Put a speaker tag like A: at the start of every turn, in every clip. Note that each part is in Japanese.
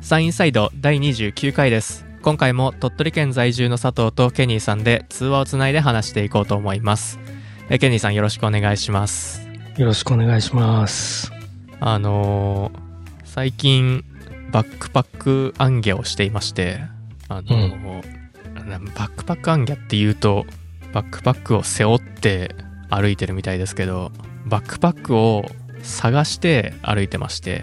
A: サインサイド第29回です今回も鳥取県在住の佐藤とケニーさんで通話をつないで話していこうと思いますえケニーさんよろしくお願いします
B: よろしくお願いします。
A: あのー最近バックパック暗下をしていましてあのーなバックパック暗下っていうとバックパックを背負って歩いてるみたいですけどバックパックを探して歩いてまして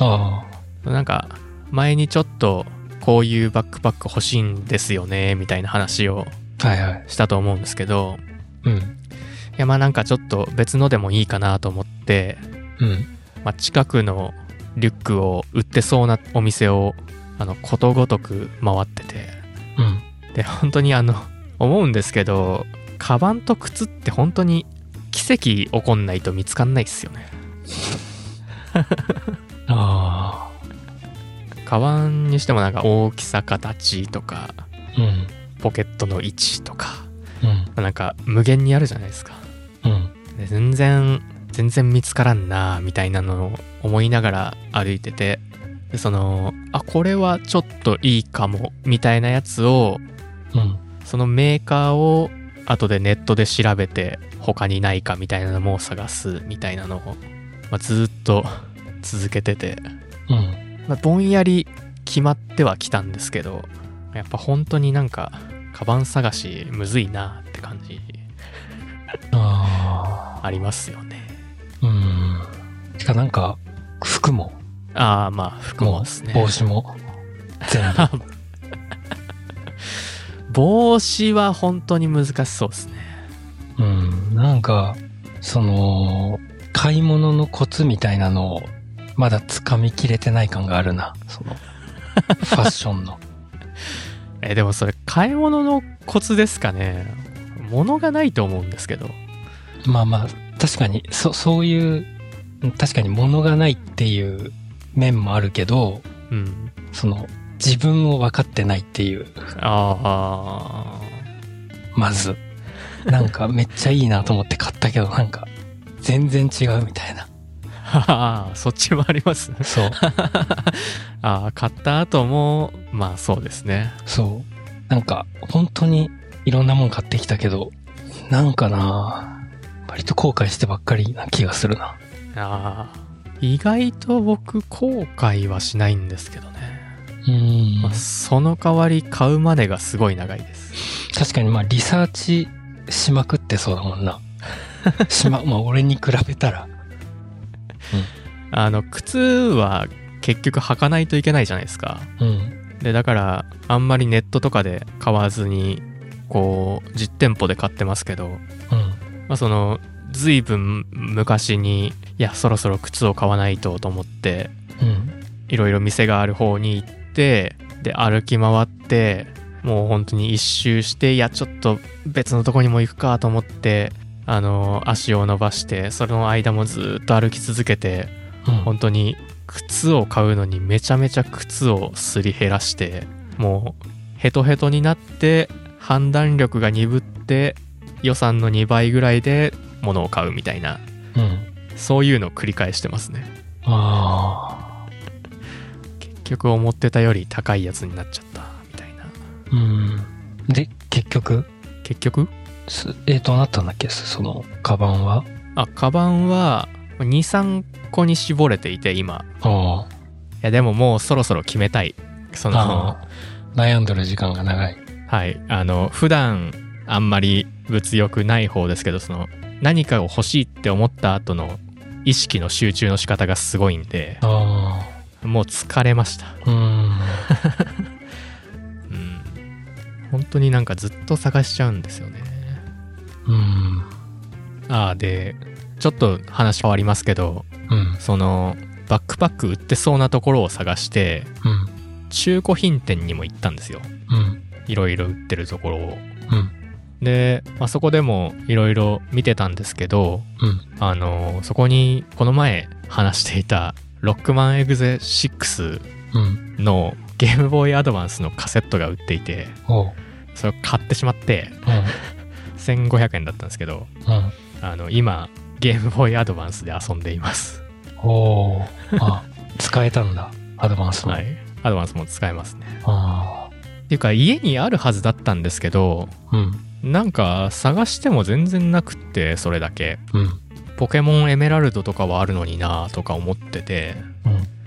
B: あ
A: なんか前にちょっとこういうバックパック欲しいんですよねみたいな話を
B: あ、はいはい。
A: したと思うんですけど
B: うん、
A: いやまあなんかちょっと別のでもいいかなと思って、
B: うん。
A: まあ、近くのリュックを売ってそうなお店をあのことごとく回ってて
B: うん。
A: で本当にあの思うんですけどカバンと靴って本当に奇跡起こんないと見つかんないっすよね
B: あ
A: カバンにしてもなんか大きさ形とか
B: あ、うん、
A: ポケットの位置とか
B: うん、
A: なんか無限にあるじゃないですか
B: うん。
A: で全然全然見つからんなあみたいなのを思いながら歩いててでそのあこれはちょっといいかもみたいなやつを
B: うん。
A: そのメーカーを後でネットで調べて他にないかみたいなのも探すみたいなのを、まあ、ずーっと 続けてて、
B: うん。
A: まあ、ぼんやり決まってはきたんですけどやっぱ本当になんかカバン探しむずいなあって感じ
B: あ
A: ありますよね
B: あ、うん。てかなんか、服も、
A: ああまあ服もですね
B: 帽子も、全部。
A: 帽子は本当に難しそうですね
B: うん。なんか、その、買い物のコツみたいなのを、まだ掴みきれてない感があるな。そ の、ファッションの。
A: えでもそれ買い物のコツですかね物がないと思うんですけど
B: まあまあ、確かに、そ、そういう、確かに物がないっていう面もあるけど、
A: うん
B: その、自分を分かってないっていう、
A: あ
B: まず。なん かめっちゃいいなと思って買ったけど、なんか、全然違うみたいな。
A: あそっちもあります
B: そう、
A: ああ買った後もまあそうですね
B: そう。なんか、本当にいろんなもん買ってきたけど、なんかな割と後悔してばっかりな気がするな。
A: ああ意外と僕後悔はしないんですけどね、
B: うーん
A: まあ、。その代わり買うまでがすごい長いです
B: 確かにまあリサーチしまくってそうだも んな。しま、まあ俺に比べたら。
A: あの靴は結局履かないといけないじゃないですか
B: うん。
A: でだからあんまりネットとかで買わずにこう実店舗で買ってますけど、
B: うん。
A: まあ、その随分昔にいやそろそろ靴を買わないとと思って
B: うん。
A: いろいろ店がある方に行ってで歩き回ってもう本当に一周していやちょっと別のとこにも行くかと思ってあの足を伸ばしてその間もずっと歩き続けて
B: うん。
A: 本当に靴を買うのにめちゃめちゃ靴をすり減らしてもうヘトヘトになって判断力が鈍って予算の2倍ぐらいで物を買うみたいな
B: うん。
A: そういうのを繰り返してますね
B: あ
A: 結局思ってたより高いやつになっちゃったみたいな
B: あ。うん。で、結局、
A: 結局
B: すえー、どうなったんだっけその、カバンは。
A: あカバンは23個に絞れていて今
B: あ
A: いやでももうそろそろ決めたいそ
B: あ。
A: の
B: ああ。悩んどる時間が長い。
A: はい、あの普段あんまり物欲ない方ですけどその何かを欲しいって思った後の意識の集中の仕方がすごいんで
B: あ
A: もう疲れました、
B: あ。うん。
A: うん、本当になんかずっと探しちゃうんですよね
B: うん。
A: ああでちょっと話変わりますけど
B: うん。
A: そのバックパック売ってそうなところを探して
B: うん。
A: 中古品店にも行ったんですよ
B: うん。
A: いろいろ売ってるところを
B: うん。
A: で、まあ、そこでもいろいろ見てたんですけど
B: うん。
A: あのそこにこの前話していたロックマンエグゼ6
B: うん。
A: のゲームボーイアドバンスのカセットが売っていて
B: おう。
A: それを買ってしまって
B: うん。
A: 1500円だったんですけど
B: うん。
A: あの今ゲームボーイアドバンスで遊んでいます
B: おう。あ、使えたんだ。アドバンスも。
A: はいアドバンスも使えますね。
B: あ
A: っていうか家にあるはずだったんですけど
B: あ。うん。
A: なんか探しても全然なくってそれだけ
B: うん。
A: ポケモンエメラルドとかはあるのになとか思ってて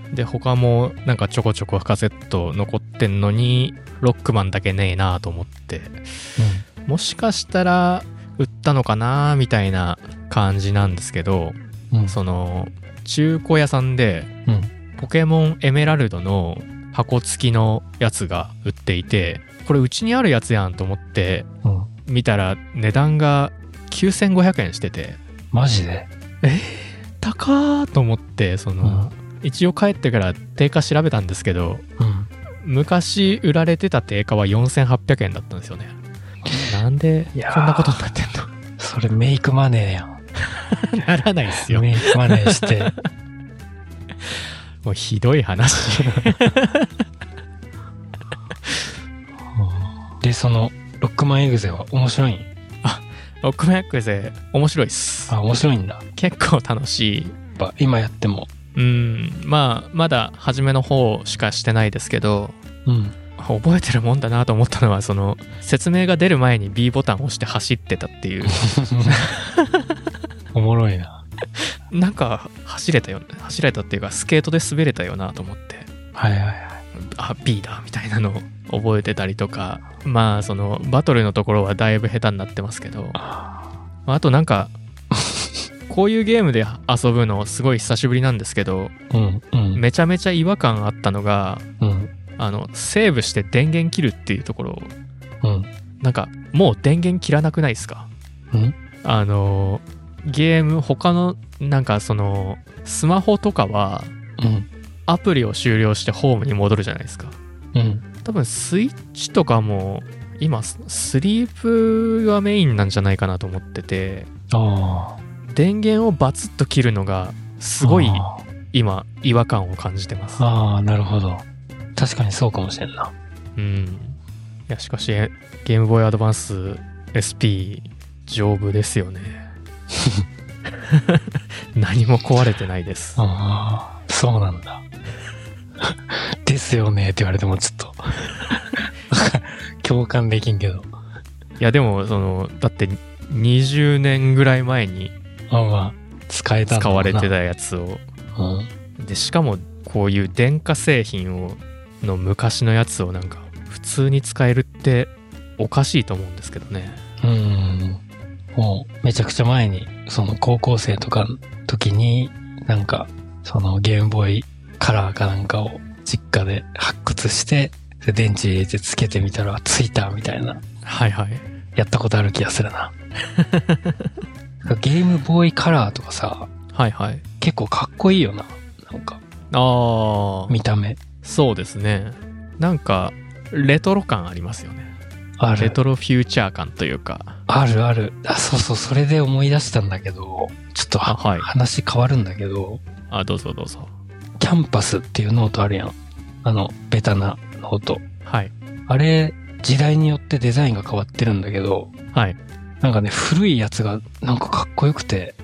B: うん。
A: で他もなんかちょこちょこカセット残ってんのにロックマンだけねえなと思ってもしかしたら売ったのかなみたいな感じなんですけど
B: うん。うん。
A: その中古屋さんで
B: うん。
A: ポケモンエメラルドの箱付きのやつが売っていてこれうちにあるやつやんと思って
B: うん。
A: 見たら値段が9500円してて
B: マジで
A: 高ーと思ってその、一応帰ってから定価調べたんですけど
B: うん。
A: 昔売られてた定価は4800円だったんですよねなんで
B: いやー
A: こんなことになってん
B: それメイクマネーやん。
A: の ならないですよも
B: メイクマネ ーして。
A: うひどい 話
B: うんで、その、ロックマンエグゼは面白いん
A: ロックマンエクゼ面白いっす
B: あ、面白いんだ。やっ
A: 結構楽しい
B: ぱ今やっても。
A: うんまあまだ初めの方しかしてないですけど
B: うん。
A: 覚えてるもんだなと思ったのはその説明が出る前に B ボタンを押して走ってたっていう
B: おもろいな。
A: なんか走れたよ走れたっていうかスケートで滑れたよなと思って
B: はいはいはい。
A: あ B だみたいなのを覚えてたりとかまあそのバトルのところはだいぶ下手になってますけど
B: あ
A: あとなんか こういうゲームで遊ぶのすごい久しぶりなんですけど
B: ーうん。うん。
A: めちゃめちゃ違和感あったのが
B: うん。
A: あのセーブして電源切るっていうところ
B: うん。
A: なんかもう電源切らなくないですか
B: うん
A: あのゲーム他のなんかそのスマホとかは
B: うん。
A: アプリを終了してホームに戻るじゃないですか
B: うん。
A: 多分スイッチとかも今ススリープがメインなんじゃないかなと思ってて
B: ああ。
A: 電源をバツッと切るのがすごい
B: あ
A: 今違和感を感じてます
B: ーあー、なるほど。確かにそうかもしれんな。
A: うんいやしかしゲームボーイアドバンス SP 丈夫です よね何も壊れてないです
B: ああ、そうなんだ。 ですよねって言われてもちょ っと共感できんけど。
A: いやでもそのだって20年ぐらい前に
B: まあまあ、使えたんだ
A: 使
B: ろう
A: わ
B: な
A: れてたやつを
B: うん。
A: でしかもこういう電化製品をの昔のやつをなんか普通に使えるっておかしいと思うんですけどね
B: うん。もう、めちゃくちゃ前に、その高校生とかの時に、なんか、そのゲームボーイカラーかなんかを実家で発掘して、で電池入れてつけてみたらついたみたいな、
A: はいはい
B: やったことある気がする な。ゲームボーイカラーとかさ、
A: はいはい
B: 結構かっこいいよな。なんか、
A: ああ
B: 見た目。
A: そうですねなんかレトロ感ありますよね
B: あ
A: レ
B: る。
A: トロフューチャー感というか
B: あるある。あ、そうそう、それで思い出したんだけど、ちょっとは
A: あはい
B: 話変わるんだけど、
A: あどうぞどうぞ
B: キャンパスっていうノートあるやん。あの、ベタなノート。
A: はい
B: あれ、時代によってデザインが変わってるんだけど、
A: はい
B: なんかね、古いやつがなんかかっこよくて、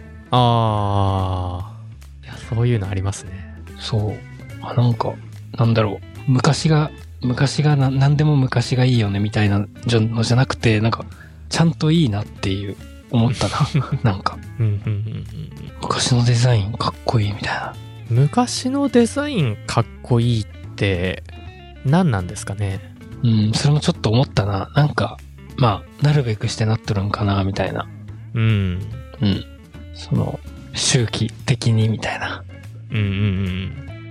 A: あーいやそういうのありますね
B: そう。あ、なんか、なんだろう。昔が、昔がな、なんでも昔がいいよねみたいなじゃのじゃなくて、なんか、ちゃんといいなっていう、思ったな。なんか、
A: うんうんうんうん
B: 昔のデザインかっこいいみたいな。
A: うん昔のデザインかっこいいって何なんですかね
B: うん、それもちょっと思ったな。なんか、まあ、なるべくしてなっとるんかな、みたいな。
A: うん
B: うん。その、周期的にみたいな。
A: うんうんう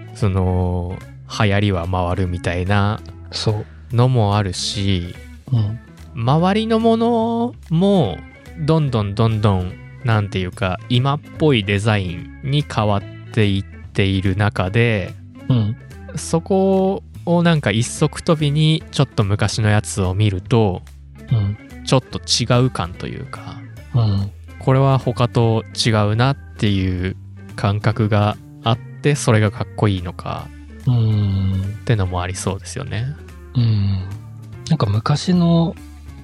A: んその流行りは回るみたいな
B: そう。
A: のもあるし
B: うん。
A: 周りのものもどんどんどんどんなんていうか今っぽいデザインに変わっていっている中で
B: うん。
A: そこをなんか一足飛びにちょっと昔のやつを見ると
B: うん。
A: ちょっと違う感というか
B: うん。
A: これは他と違うなっていう感覚があってそれがかっこいいのか
B: うん。
A: ってのもありそうですよね。
B: うん。なんか昔の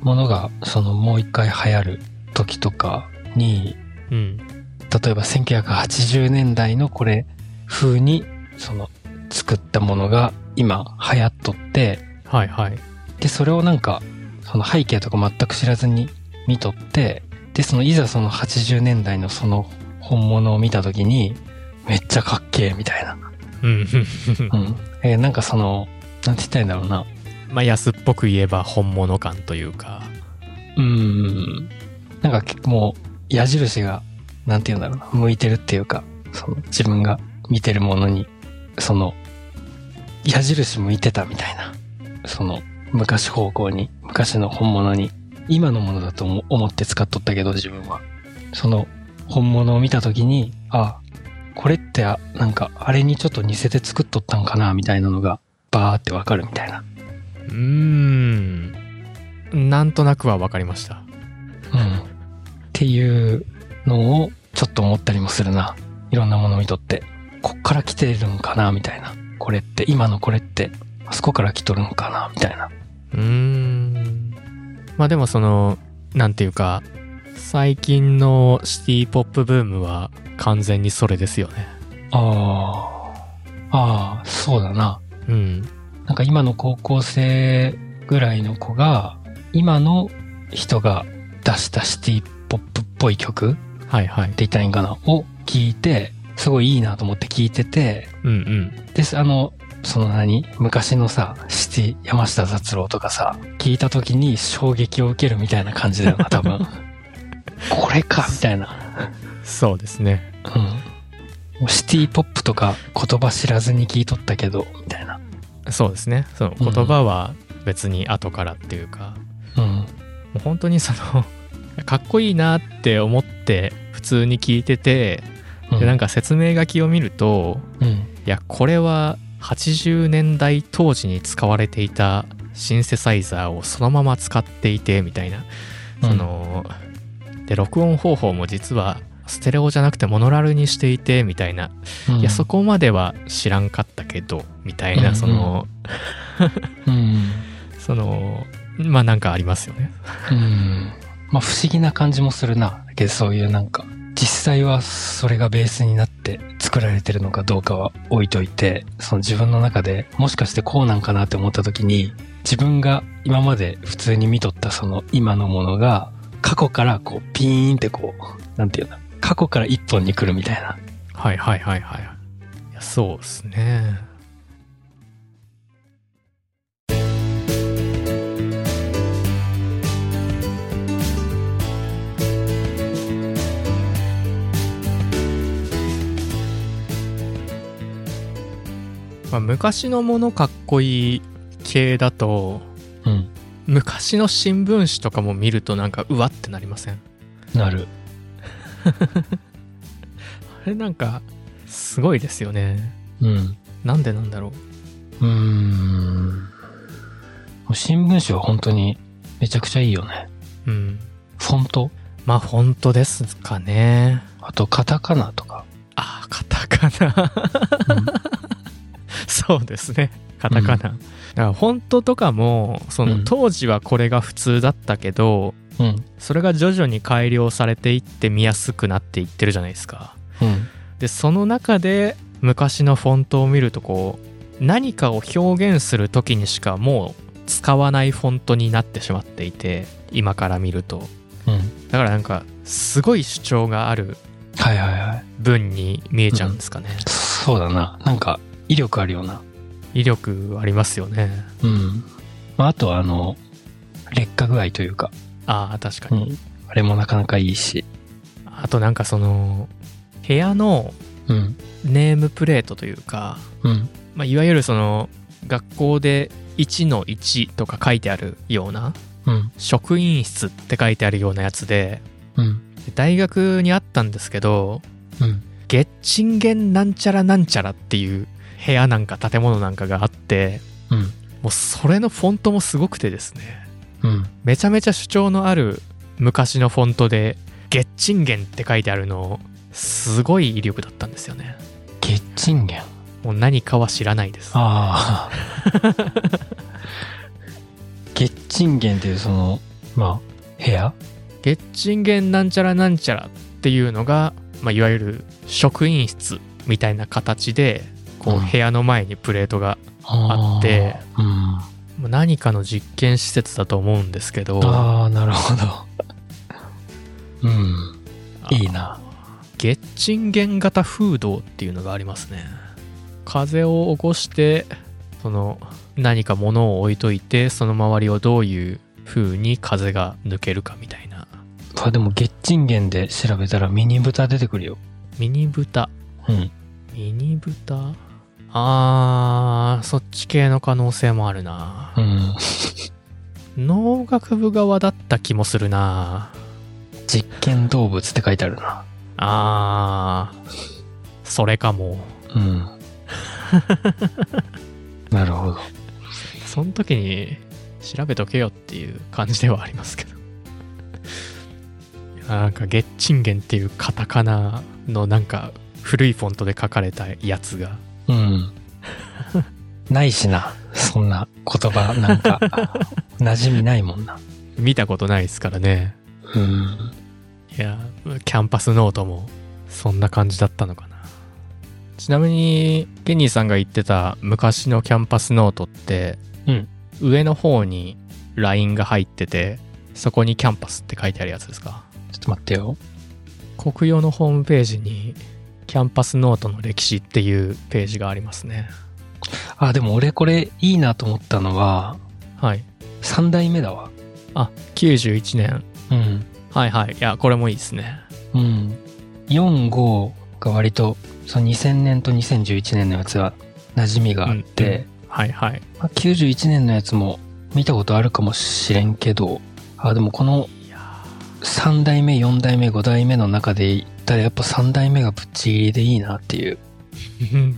B: ものが、そのもう一回流行る時とかに、
A: うん、
B: 例えば1980年代のこれ風に、その作ったものが今流行っとって、
A: はいはい。
B: で、それをなんか、その背景とか全く知らずに見とって、で、そのいざその80年代のその本物を見たときに、めっちゃかっけえみたいな。
A: うん。
B: うん。えーなんかその、なんて言ったらいいんだろうな。
A: まあ安っぽく言えば本物感というか。
B: うーん。なんか結構もう矢印が、なんて言うんだろうな。向いてるっていうか、その自分が見てるものに、その、矢印向いてたみたいな。その、昔方向に、昔の本物に、今のものだと思思って使っとったけど自分は。その、本物を見た時に、あ、これってあ、なんか、あれにちょっと似せて作っとったんかな、みたいなのが、バーってわかるみたいな。
A: うーん。なんとなくは分かりました。
B: うん。っていうのをちょっと思ったりもするな。いろんなものを見とって。こっから来てるんかなみたいな。これって、今のこれって、あそこから来とるんかなみたいな。
A: うーん。まあでもその、なんていうか、最近のシティポップブームは完全にそれですよね。
B: ああ。ああ、そうだな。
A: うん。
B: なんか今の高校生ぐらいの子が、今の人が出したシティポップっぽい曲って
A: はいはい。
B: 言ったらいいんかなを聞いて、すごいいいなと思って聞いてて、
A: うんうん。
B: です、あの、その何昔のさ、シティ、山下達郎とかさ、聞いた時に衝撃を受けるみたいな感じだよな、 多分。これかみたいな。
A: そうですね。
B: うん。もうシティポップとか言葉知らずに聞いとったけど、みたいな。
A: そうですね。その言葉は別に後からっていうか、
B: うん。
A: もう本当にその かっこいいなって思って普通に聞いてて、
B: うん。
A: でなんか説明書きを見ると
B: うん。
A: いやこれは80年代当時に使われていたシンセサイザーをそのまま使っていてみたいな、そので録音方法も実はステレオじゃなくてモノラルにしていてみたいな、
B: うん、
A: いやそこまでは知らんかったけどみたいな、
B: うん
A: その
B: うん。
A: そのまあなんかありますよね。
B: うん。まあ不思議な感じもするな。だけどそういうなんか、実際はそれがベースになって作られてるのかどうかは置いといて、その自分の中でもしかしてこうなんかなって思った時に、自分が今まで普通に見とったその今のものが、過去からこうピーンってこう、なんていうの、過去から一本に来るみたいな。
A: はいはいはいはい。いやそうですね。まあ、昔のものかっこいい系だと
B: うん。
A: 昔の新聞紙とかも見るとなんかうわってなりません
B: なる。
A: あれなんかすごいですよね
B: うん。
A: なんでなんだろう
B: うーん。もう新聞紙は本当にめちゃくちゃいいよね。
A: うん
B: フォント
A: まあ本当ですかね。
B: あと、カタカナとか。
A: あー、カタカナ。
B: うん
A: そうですね。カタカナ。だから本当とかも、そうの
B: ん
A: 当時はこれが普通だったけど、
B: うん。
A: それが徐々に改良されていって見やすくなっていってるじゃないですか。
B: うん。
A: で、その中で昔のフォントを見るとこう、何かを表現する時にしかもう使わないフォントになってしまっていて、今から見ると。
B: うん。
A: だからなんか、すごい主張がある
B: はいはいはい。
A: 分に見えちゃうんですかね、
B: そうだな。なんか、威力あるよな。
A: 威力ありますよね
B: うん。まあ、あとは、あの、劣化具合というか。
A: ああ確か
B: う
A: に、
B: ん。あれもなかなかいいし。
A: あとなんかその部屋の
B: うん。
A: ネームプレートというか、
B: うん。
A: まあ、いわゆるその学校で1の1とか書いてあるような
B: うん。
A: 職員室って書いてあるようなやつで
B: うん。
A: で大学にあったんですけど
B: うん。
A: ゲッチンゲンなんちゃらなんちゃらっていう部屋なんか建物なんかがあって
B: うん。
A: もうそれのフォントもすごくてですね
B: うん。
A: めちゃめちゃ主張のある昔のフォントで「ゲッチンゲン」って書いてあるのすごい威力だったんですよね
B: ゲッチンゲン。
A: もう何かは知らないです
B: ああ。 ゲッチンゲンっていう、その、まあ、部屋
A: ゲッチンゲンなんちゃらなんちゃらっていうのが、まあ、いわゆる職員室みたいな形でこ
B: う
A: うん部屋の前にプレートがあって、
B: うん。
A: もう何かの実験施設だと思うんですけど
B: ああ、なるほど。うん。いいな。
A: 月賃源型風洞っていうのがありますね風を起こしてその何か物を置いといてその周りをどういう風に風が抜けるかみたいな
B: あ、でも、月賃源で調べたらミニ豚出てくるよ。
A: ミニ豚
B: うん。
A: ミニ豚あーそっち系の可能性もあるな
B: うん。
A: 農学部側だった気もするな
B: 実験動物って書いてあるな。
A: あーそれかも
B: うん。なるほど。
A: その時に調べとけよっていう感じではありますけど。 なんか、月賃源っていうカタカナのなんか古いフォントで書かれたやつが、
B: うん。ないしな。そんな言葉、なん か、馴染みないもんな。
A: 見たことないですからね。
B: うん。
A: いや、キャンパスノートもそんな感じだったのかな。ちなみに、ケニーさんが言ってた昔のキャンパスノートって、
B: うん
A: 上の方にラインが入ってて、そこにキャンパスって書いてあるやつですか
B: ちょっと待ってよ。
A: 国用のホームページにキャンパスノートの歴史っていうページがありますね
B: あ、でも俺これいいなと思ったのは、
A: はい
B: 3代目だわ。
A: あ91年
B: うん。
A: はいはいいやこれもいいですね
B: うん。4、5が割と、その2000年と2011年のやつは馴染みがあって、
A: はいはい
B: まあ、91年のやつも見たことあるかもしれんけど、あ、でもこの
A: いや
B: 3代目、4代目、5代目の中で言ったらやっぱ3代目がぶっちぎりでいいなっていう。
A: ー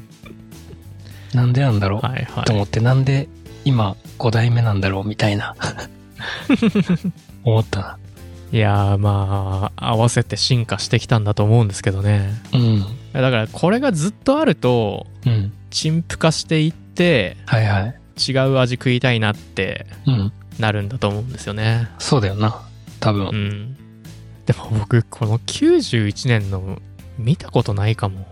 B: なんでなんだろう、
A: はいは
B: と思って、なんで今5代目なんだろうみた いな。思ったな。
A: いいやーまあ合わせて進化してきたんだと思うんですけどね
B: うん。
A: だからこれがずっとあると
B: うん。
A: 陳腐化していって
B: はいはい。
A: 違う味食いたいなって
B: うん。
A: なるんだと思うんですよね
B: そうだよな。多分。
A: うんでも僕この91年の見たことないかも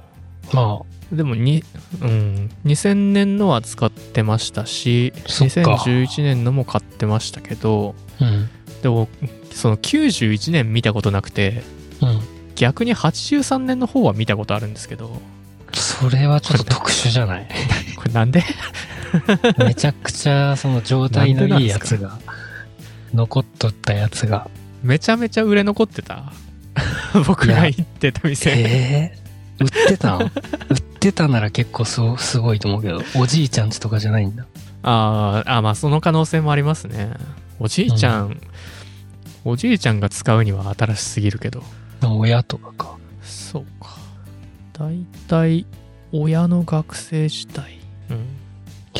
B: ま
A: でもに、うん、2000年のは使ってましたし
B: そっか
A: 2011年のも買ってましたけど
B: あ、うん。
A: でもその91年見たことなくて
B: うん。
A: 逆に83年の方は見たことあるんですけど
B: それはちょっと特殊じゃない
A: これなんで
B: めちゃくちゃその状態のいいやつが残っとったやつが
A: めちゃめちゃ売れ残ってた 僕が行ってた店
B: ええー、売ってたん 売ってたなら結構そうすごいと思うけどおじいちゃんちとかじゃないんだ
A: あーあまあその可能性もありますねおじいちゃん、おじいちゃんが使うには新しすぎるけど
B: 親とかか
A: そうか。大体、親の学生自体。うん。い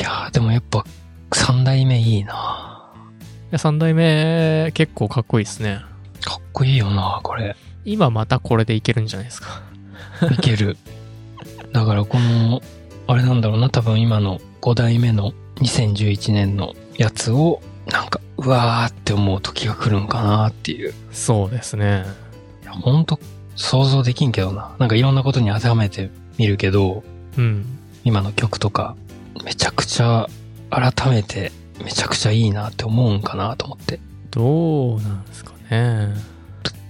B: いやーでもやっぱ3代目いいな
A: や、三代目、結構かっこいいですね。
B: かっこいいよなこれ
A: 今またこれでいけるんじゃないですか。
B: いける だからこのあれなんだろうな多分今の5代目の2011年のやつをなんかうわーって思う時が来るんかなっていう
A: そうですね。
B: いやほんと想像できんけどななんかいろんなことに当てはめてみるけど
A: うん。
B: 今の曲とかめちゃくちゃ改めてめちゃくちゃいいなって思うんかなと思って
A: どうなんですかね。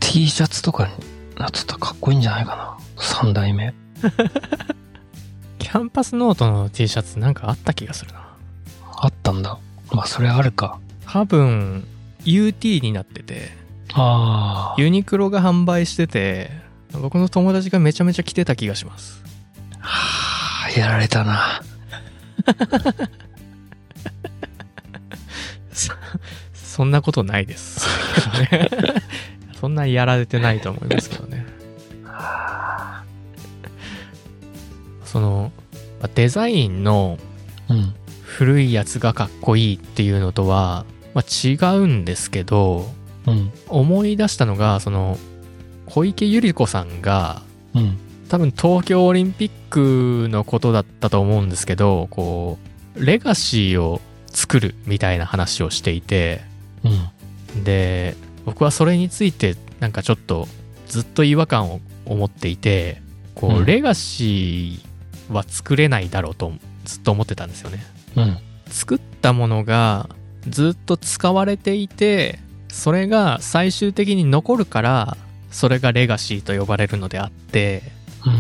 B: T シャツとかになってたらかっこいいんじゃないかな3代目
A: キャンパスノートの T シャツなんかあった気がするな。
B: あったんだまあそれあるか
A: 多分、UT になってて、
B: あ
A: ユニクロが販売してて、僕の友達がめちゃめちゃ着てた気がします。
B: あやられたな
A: そそんなことないです。けどねそんなやられてないと思いますけどね。そのまあデザインの
B: うん
A: 古いやつがかっこいいっていうのとは、まあ、違うんですけど
B: うん
A: 思い出したのがその小池百合子さんが
B: うん
A: 多分東京オリンピックのことだったと思うんですけどこうレガシーを作るみたいな話をしていて
B: うん
A: で僕はそれについてなんかちょっとずっと違和感を思っていてこう、
B: うん
A: レガシーは作れないだろうとずっと思ってたんですよね
B: うん。
A: 作ったものがずっと使われていてそれが最終的に残るからそれがレガシーと呼ばれるのであって
B: うん。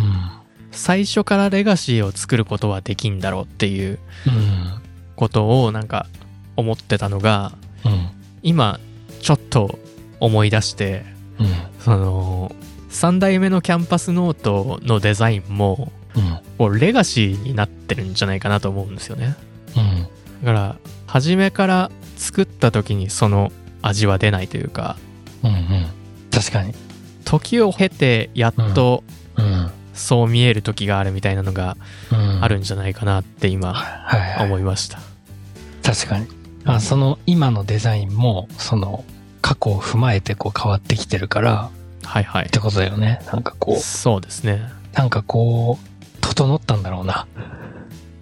A: 最初からレガシーを作ることはできんだろうっていう
B: うん。
A: ことをなんか思ってたのが
B: うん。
A: 今ちょっと思い出して
B: うん。
A: その3代目のキャンパスノートのデザインも
B: うん。
A: こうレガシーになってるんじゃないかなと思うんですよね。
B: うん。
A: だから初めから作った時にその味は出ないというか
B: うん。うん。確かに。
A: 時を経てやっと
B: うん。
A: そう見える時があるみたいなのが
B: うん。
A: あるんじゃないかなって今
B: はい。はい。
A: 思いました。
B: 確かにあその今のデザインもその過去を踏まえてこう変わってきてるから
A: はいはい
B: っ。てことだよねなんかこう
A: そうですね。
B: なんかこう整ったんだろうな、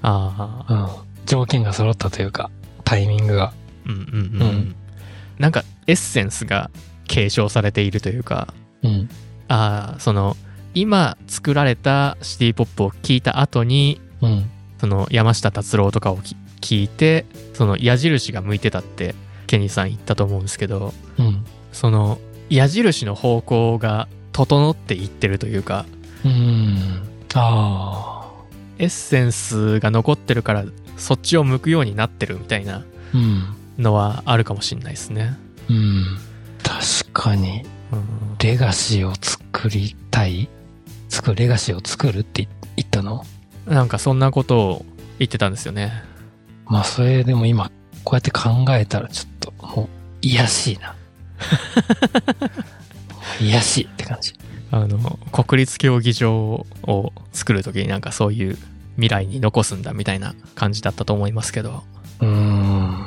A: あ
B: う
A: あ、
B: ん、条件が揃ったというかタイミングが
A: うんうんうん。
B: う
A: うんん、なんかエッセンスが継承されているというか、
B: うん
A: ああ、その今作られたシティポップを聞いた後に
B: うん
A: その山下達郎とかをき聞いてその矢印が向いてたってケニーさん言ったと思うんですけど
B: うん
A: その矢印の方向が整っていってるというか
B: うんあ
A: エッセンスが残ってるからそっちを向くようになってるみたいな
B: あうん
A: のはあるかもしんないですね。
B: うん確かに
A: うん
B: レガシーを作りたい作るレガシーを作るって言ったの
A: なんかそんなことを言ってたんですよね。
B: まあそれでも今こうやって考えたらちょっともう癒やし いな。癒やしいって感じ。
A: あの国立競技場を作る時になんかそういう未来に残すんだみたいな感じだったと思いますけど。
B: うーん。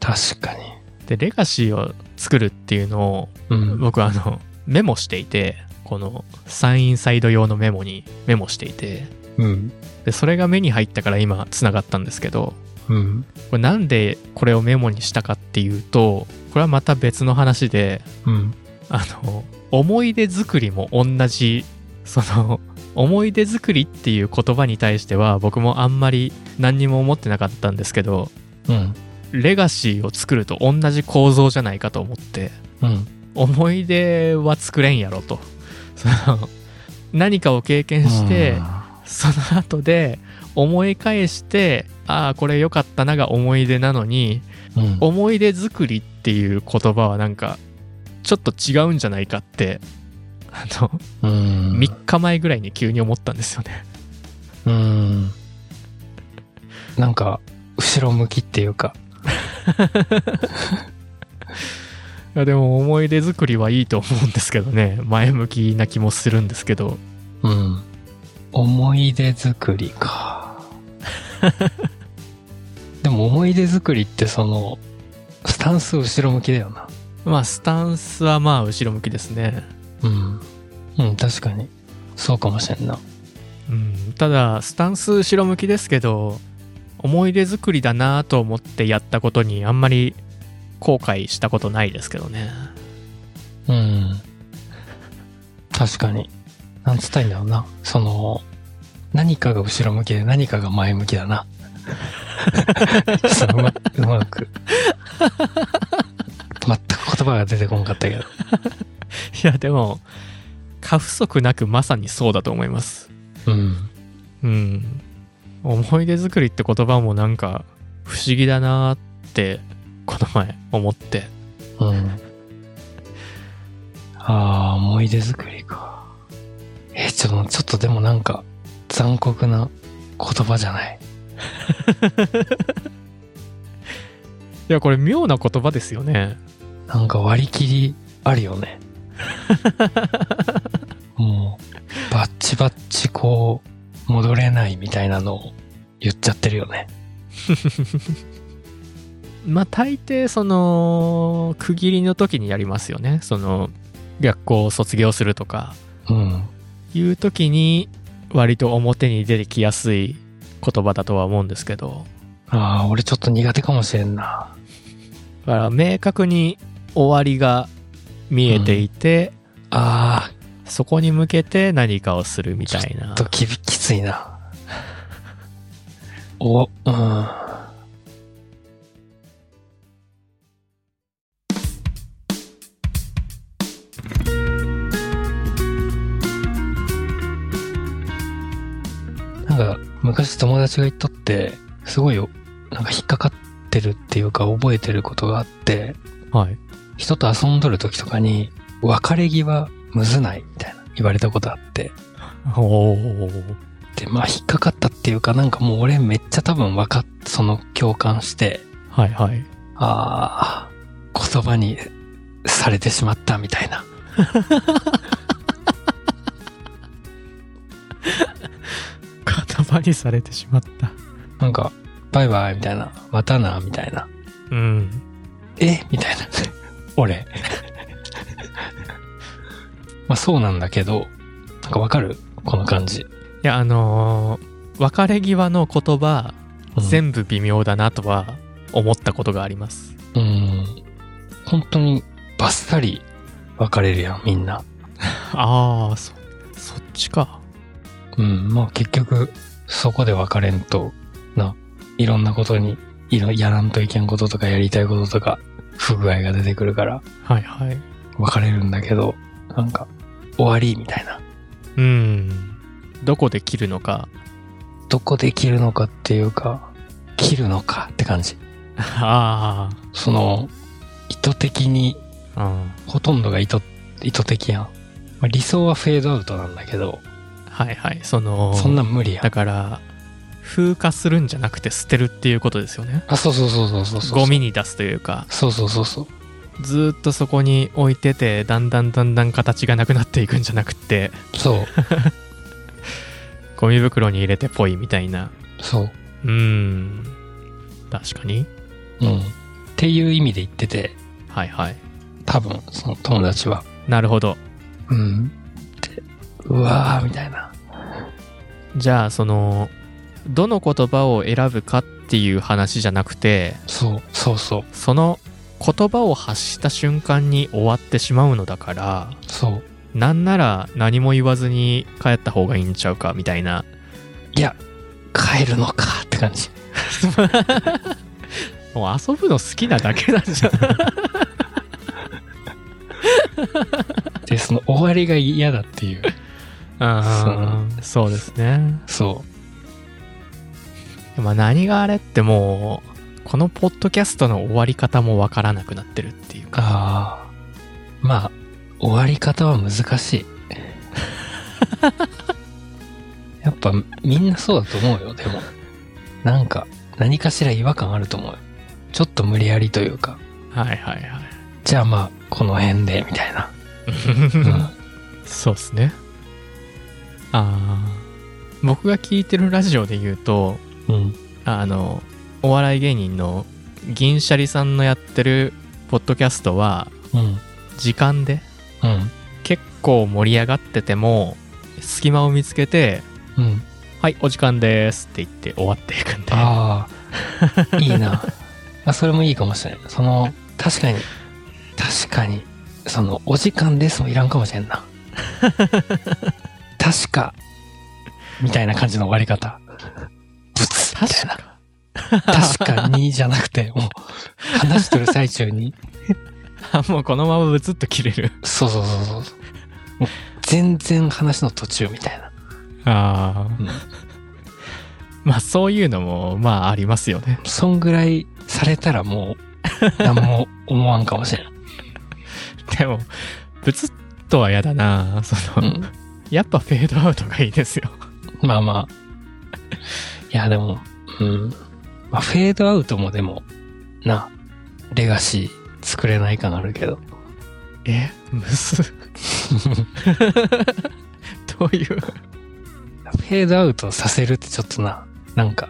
B: 確かに。
A: でレガシーを作るっていうのを
B: うん。
A: 僕あのメモしていてこのサインサイド用のメモにメモしていて
B: うん。
A: でそれが目に入ったから今つながったんですけど
B: うん。
A: これなんでこれをメモにしたかっていうとこれはまた別の話で
B: うん。
A: あの思い出作りも同じその 思い出作りっていう言葉に対しては僕もあんまり何にも思ってなかったんですけど
B: うん。
A: レガシーを作ると同じ構造じゃないかと思って
B: うん。
A: 思い出は作れんやろとその何かを経験して、その後で思い返してああこれ良かったなが思い出なのに
B: うん。
A: 思い出作りっていう言葉はなんかちょっと違うんじゃないかってあの
B: うん。
A: 3日前ぐらいに急に思ったんですよね。
B: うん。なんか、後ろ向きっていうか。
A: いやでも思い出作りはいいと思うんですけどね前向きな気もするんですけど
B: うん。思い出作りか。でも思い出作りってその、スタンス後ろ向きだよな。
A: まあスタンスはまあ後ろ向きですね。
B: うん。うん、確かに。そうかもしれんな。
A: うん、ただスタンス後ろ向きですけど思い出作りだなと思ってやったことにあんまり後悔したことないですけどね
B: うん。確かに。なんつったらいいんだろうな。その、何かが後ろ向きで何かが前向きだな。そううまうまく。全く言葉が出てこなかったけど。
A: いやでも過不足なくまさにそうだと思います
B: うん。
A: うん思い出作りって言葉もなんか不思議だなってこの前思って
B: うん。ああ、思い出作りか。え、ちょっと、ちょっとでもなんか、残酷な言葉じゃない。
A: いやこれ妙な言葉ですよね
B: なんか割り切りあるよね。もう、バッチバッチこう、戻れないみたいなのを言っちゃってるよね。
A: まあ大抵その区切りの時にやりますよねその学校を卒業するとか
B: うん。
A: いう時に割と表に出てきやすい言葉だとは思うんですけど
B: ああ、俺ちょっと苦手かもしれんな。
A: だから明確に終わりが見えていて、
B: あ
A: そこに向けて何かをするみたいな
B: あ、ときびきついな。 お、うん。なんか、昔友達が言っとって、すごいよ、なんか引っかかってるっていうか覚えてることがあって、
A: はい。
B: 人と遊んどる時とかに、別れ際むずないみたいな言われたことあって、
A: おー
B: で、まあ引っかかったっていうか、なんかもう俺めっちゃ多分わかっ、その共感して、
A: はいはい。
B: ああ、言葉にされてしまったみたいな。
A: 言葉にされてしまった。
B: なんか、バイバイみたいな、またな、みたいな。
A: うん。
B: えみたいな。 俺。まあそうなんだけど、なんかわかるこの感じ。
A: いや、あのー別れ際の言葉、
B: うん
A: 全部微妙だなとは思ったことがあります。
B: うん。本当にバッサリ分かれるやん、みんな。
A: ああ、そ、そっちか。
B: うん。まあ結局、そこで分かれんと、な、いろんなことに、いろ、やらんといけんこととかやりたいこととか、不具合が出てくるから、
A: はいはい。
B: 分かれるんだけど、なんか、終わりみたいな。
A: うん。どこで切るのか。
B: どこで切るのかっていうか、切るのかって感じ。
A: あ
B: その、意図的に、
A: あ。うん。
B: ほとんどが意図、意図的やん。まあ、理想はフェードアウトなんだけど、
A: はいはい。その、
B: そんなん無理やん
A: だ。から、風化するんじゃなくて捨てるっていうことですよね。
B: あ、そうそうそうそうそうそう。
A: ゴ。ミに出すというか、
B: そうそうそうそう。
A: ずーっとそこに置いてて、だんだんだんだん形がなくなっていくんじゃなくって、
B: そう。
A: ゴミ袋に入れてぽいみたいな。
B: そう。
A: うーん。確かに。
B: うん。っていう意味で言ってて、
A: はいはい。
B: 多分、その友達は。
A: なるほど。
B: うん。って、うわー、みたいな。
A: じゃあ、その、どの言葉を選ぶかっていう話じゃなくて、
B: そう、そうそう。
A: その言葉を発した瞬間に終わってしまうのだから、
B: そう。
A: なんなら何も言わずに帰った方がいいんちゃうかみたいな。
B: いや、帰るのかって感じ。
A: もう遊ぶの好きなだけなんじゃ ない
B: で、その終わりが嫌だっていう。
A: うんそうですね。
B: そ
A: まあ何があれってもう、このポッドキャストの終わり方もわからなくなってるっていう
B: う。
A: か。
B: あー。まあ、終わり方は難し い。やっぱ、みんなそうだと思うよ、でも。なんか、何かしら違和感あると思うよ。ちょっと無理やりというか。
A: はいはいはい。
B: じゃあまあ、この辺で、みたいな。
A: そうですね。ああ。僕が聞いてるラジオで言うと、
B: うん。
A: あの、お笑い芸人の銀シャリさんのやってるポッドキャストは、
B: うん。
A: 時間で
B: うん。
A: 結構盛り上がってても、隙間を見つけて、
B: うん。
A: はい、お時間ですって言って終わっていくんで。
B: ああ、いいな。あ、それもいいかもしれない。その、確かに、確かに、その、お時間ですもいらんかもしれんな。確か、みたいな感じの終わり方。ブツみたい
A: 確
B: な。
A: か。
B: 確かに、じゃなくて、もう、話してる最中に、
A: あ もうこのままブツッと切れる。
B: そうそうそうそうそう。もう全然話の途中みたいな。
A: ああ
B: うん
A: まあそういうのも、まあありますよね。
B: そんぐらいされたらもう、何も思わんかもしれん。
A: でも、ブツッとはやだなその、
B: うん
A: やっぱフェードアウトがいいですよ。
B: まあまあ。いや、でも、うん。まあ、フェードアウトもでも、な、レガシー作れない感あるけど。
A: え、むず。 どういう。
B: フェードアウトさせるってちょっとな、なんか、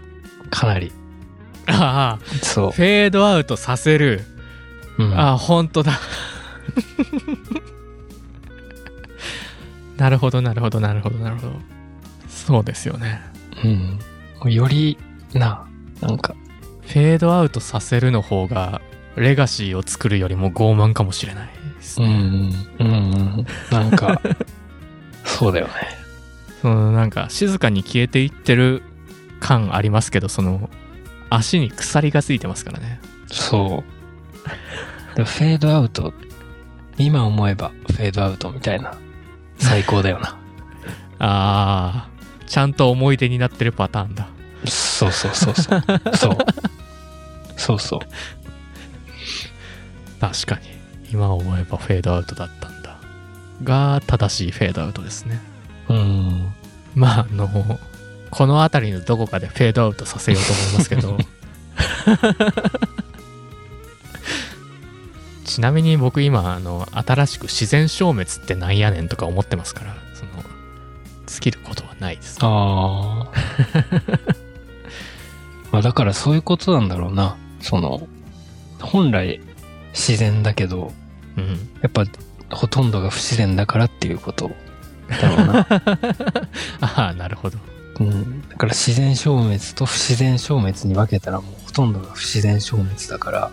B: かなり、
A: あ
B: そ
A: あ、フェードアウトさせる。
B: う。うん、
A: ああ、ほんとだ。なるほど、なるほど、なるほど、なるほど。そうですよね。
B: うん。より、な、なんか、
A: フェードアウトさせるの方が、レガシーを作るよりも傲慢かもしれないです
B: うん
A: ね。、
B: うん、うん、なん か、そうだよね。
A: そのなんか静かに消えていってる感ありますけどその足に鎖がついてますからね
B: そう。でもフェードアウト、今思えばフェードアウトみたいな、最高だよな。
A: ああちゃんと思い出になってるパターンだ
B: そうそうそうそう。そう。そうそう。
A: 確かに今思えばフェードアウトだったんだが正しいフェードアウトですね
B: うん。
A: まああのこの辺りのどこかでフェードアウトさせようと思いますけどちなみに僕今あの新しく自然消滅ってなんやねんとか思ってますからその尽きることはないです
B: ああ。 まあだからそういうことなんだろうな。その、本来自然だけど、
A: うん
B: やっぱほとんどが不自然だからっていうことだろ うな。
A: ああなるほど
B: うん。だから自然消滅と不自然消滅に分けたらもうほとんどが不自然消滅だから、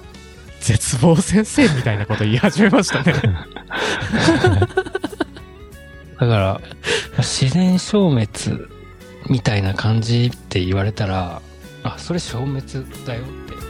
A: 絶望先生みたいなこと言い始めましたね
B: だから、自然消滅みたいな感じって言われたら、あ、それ消滅だよって。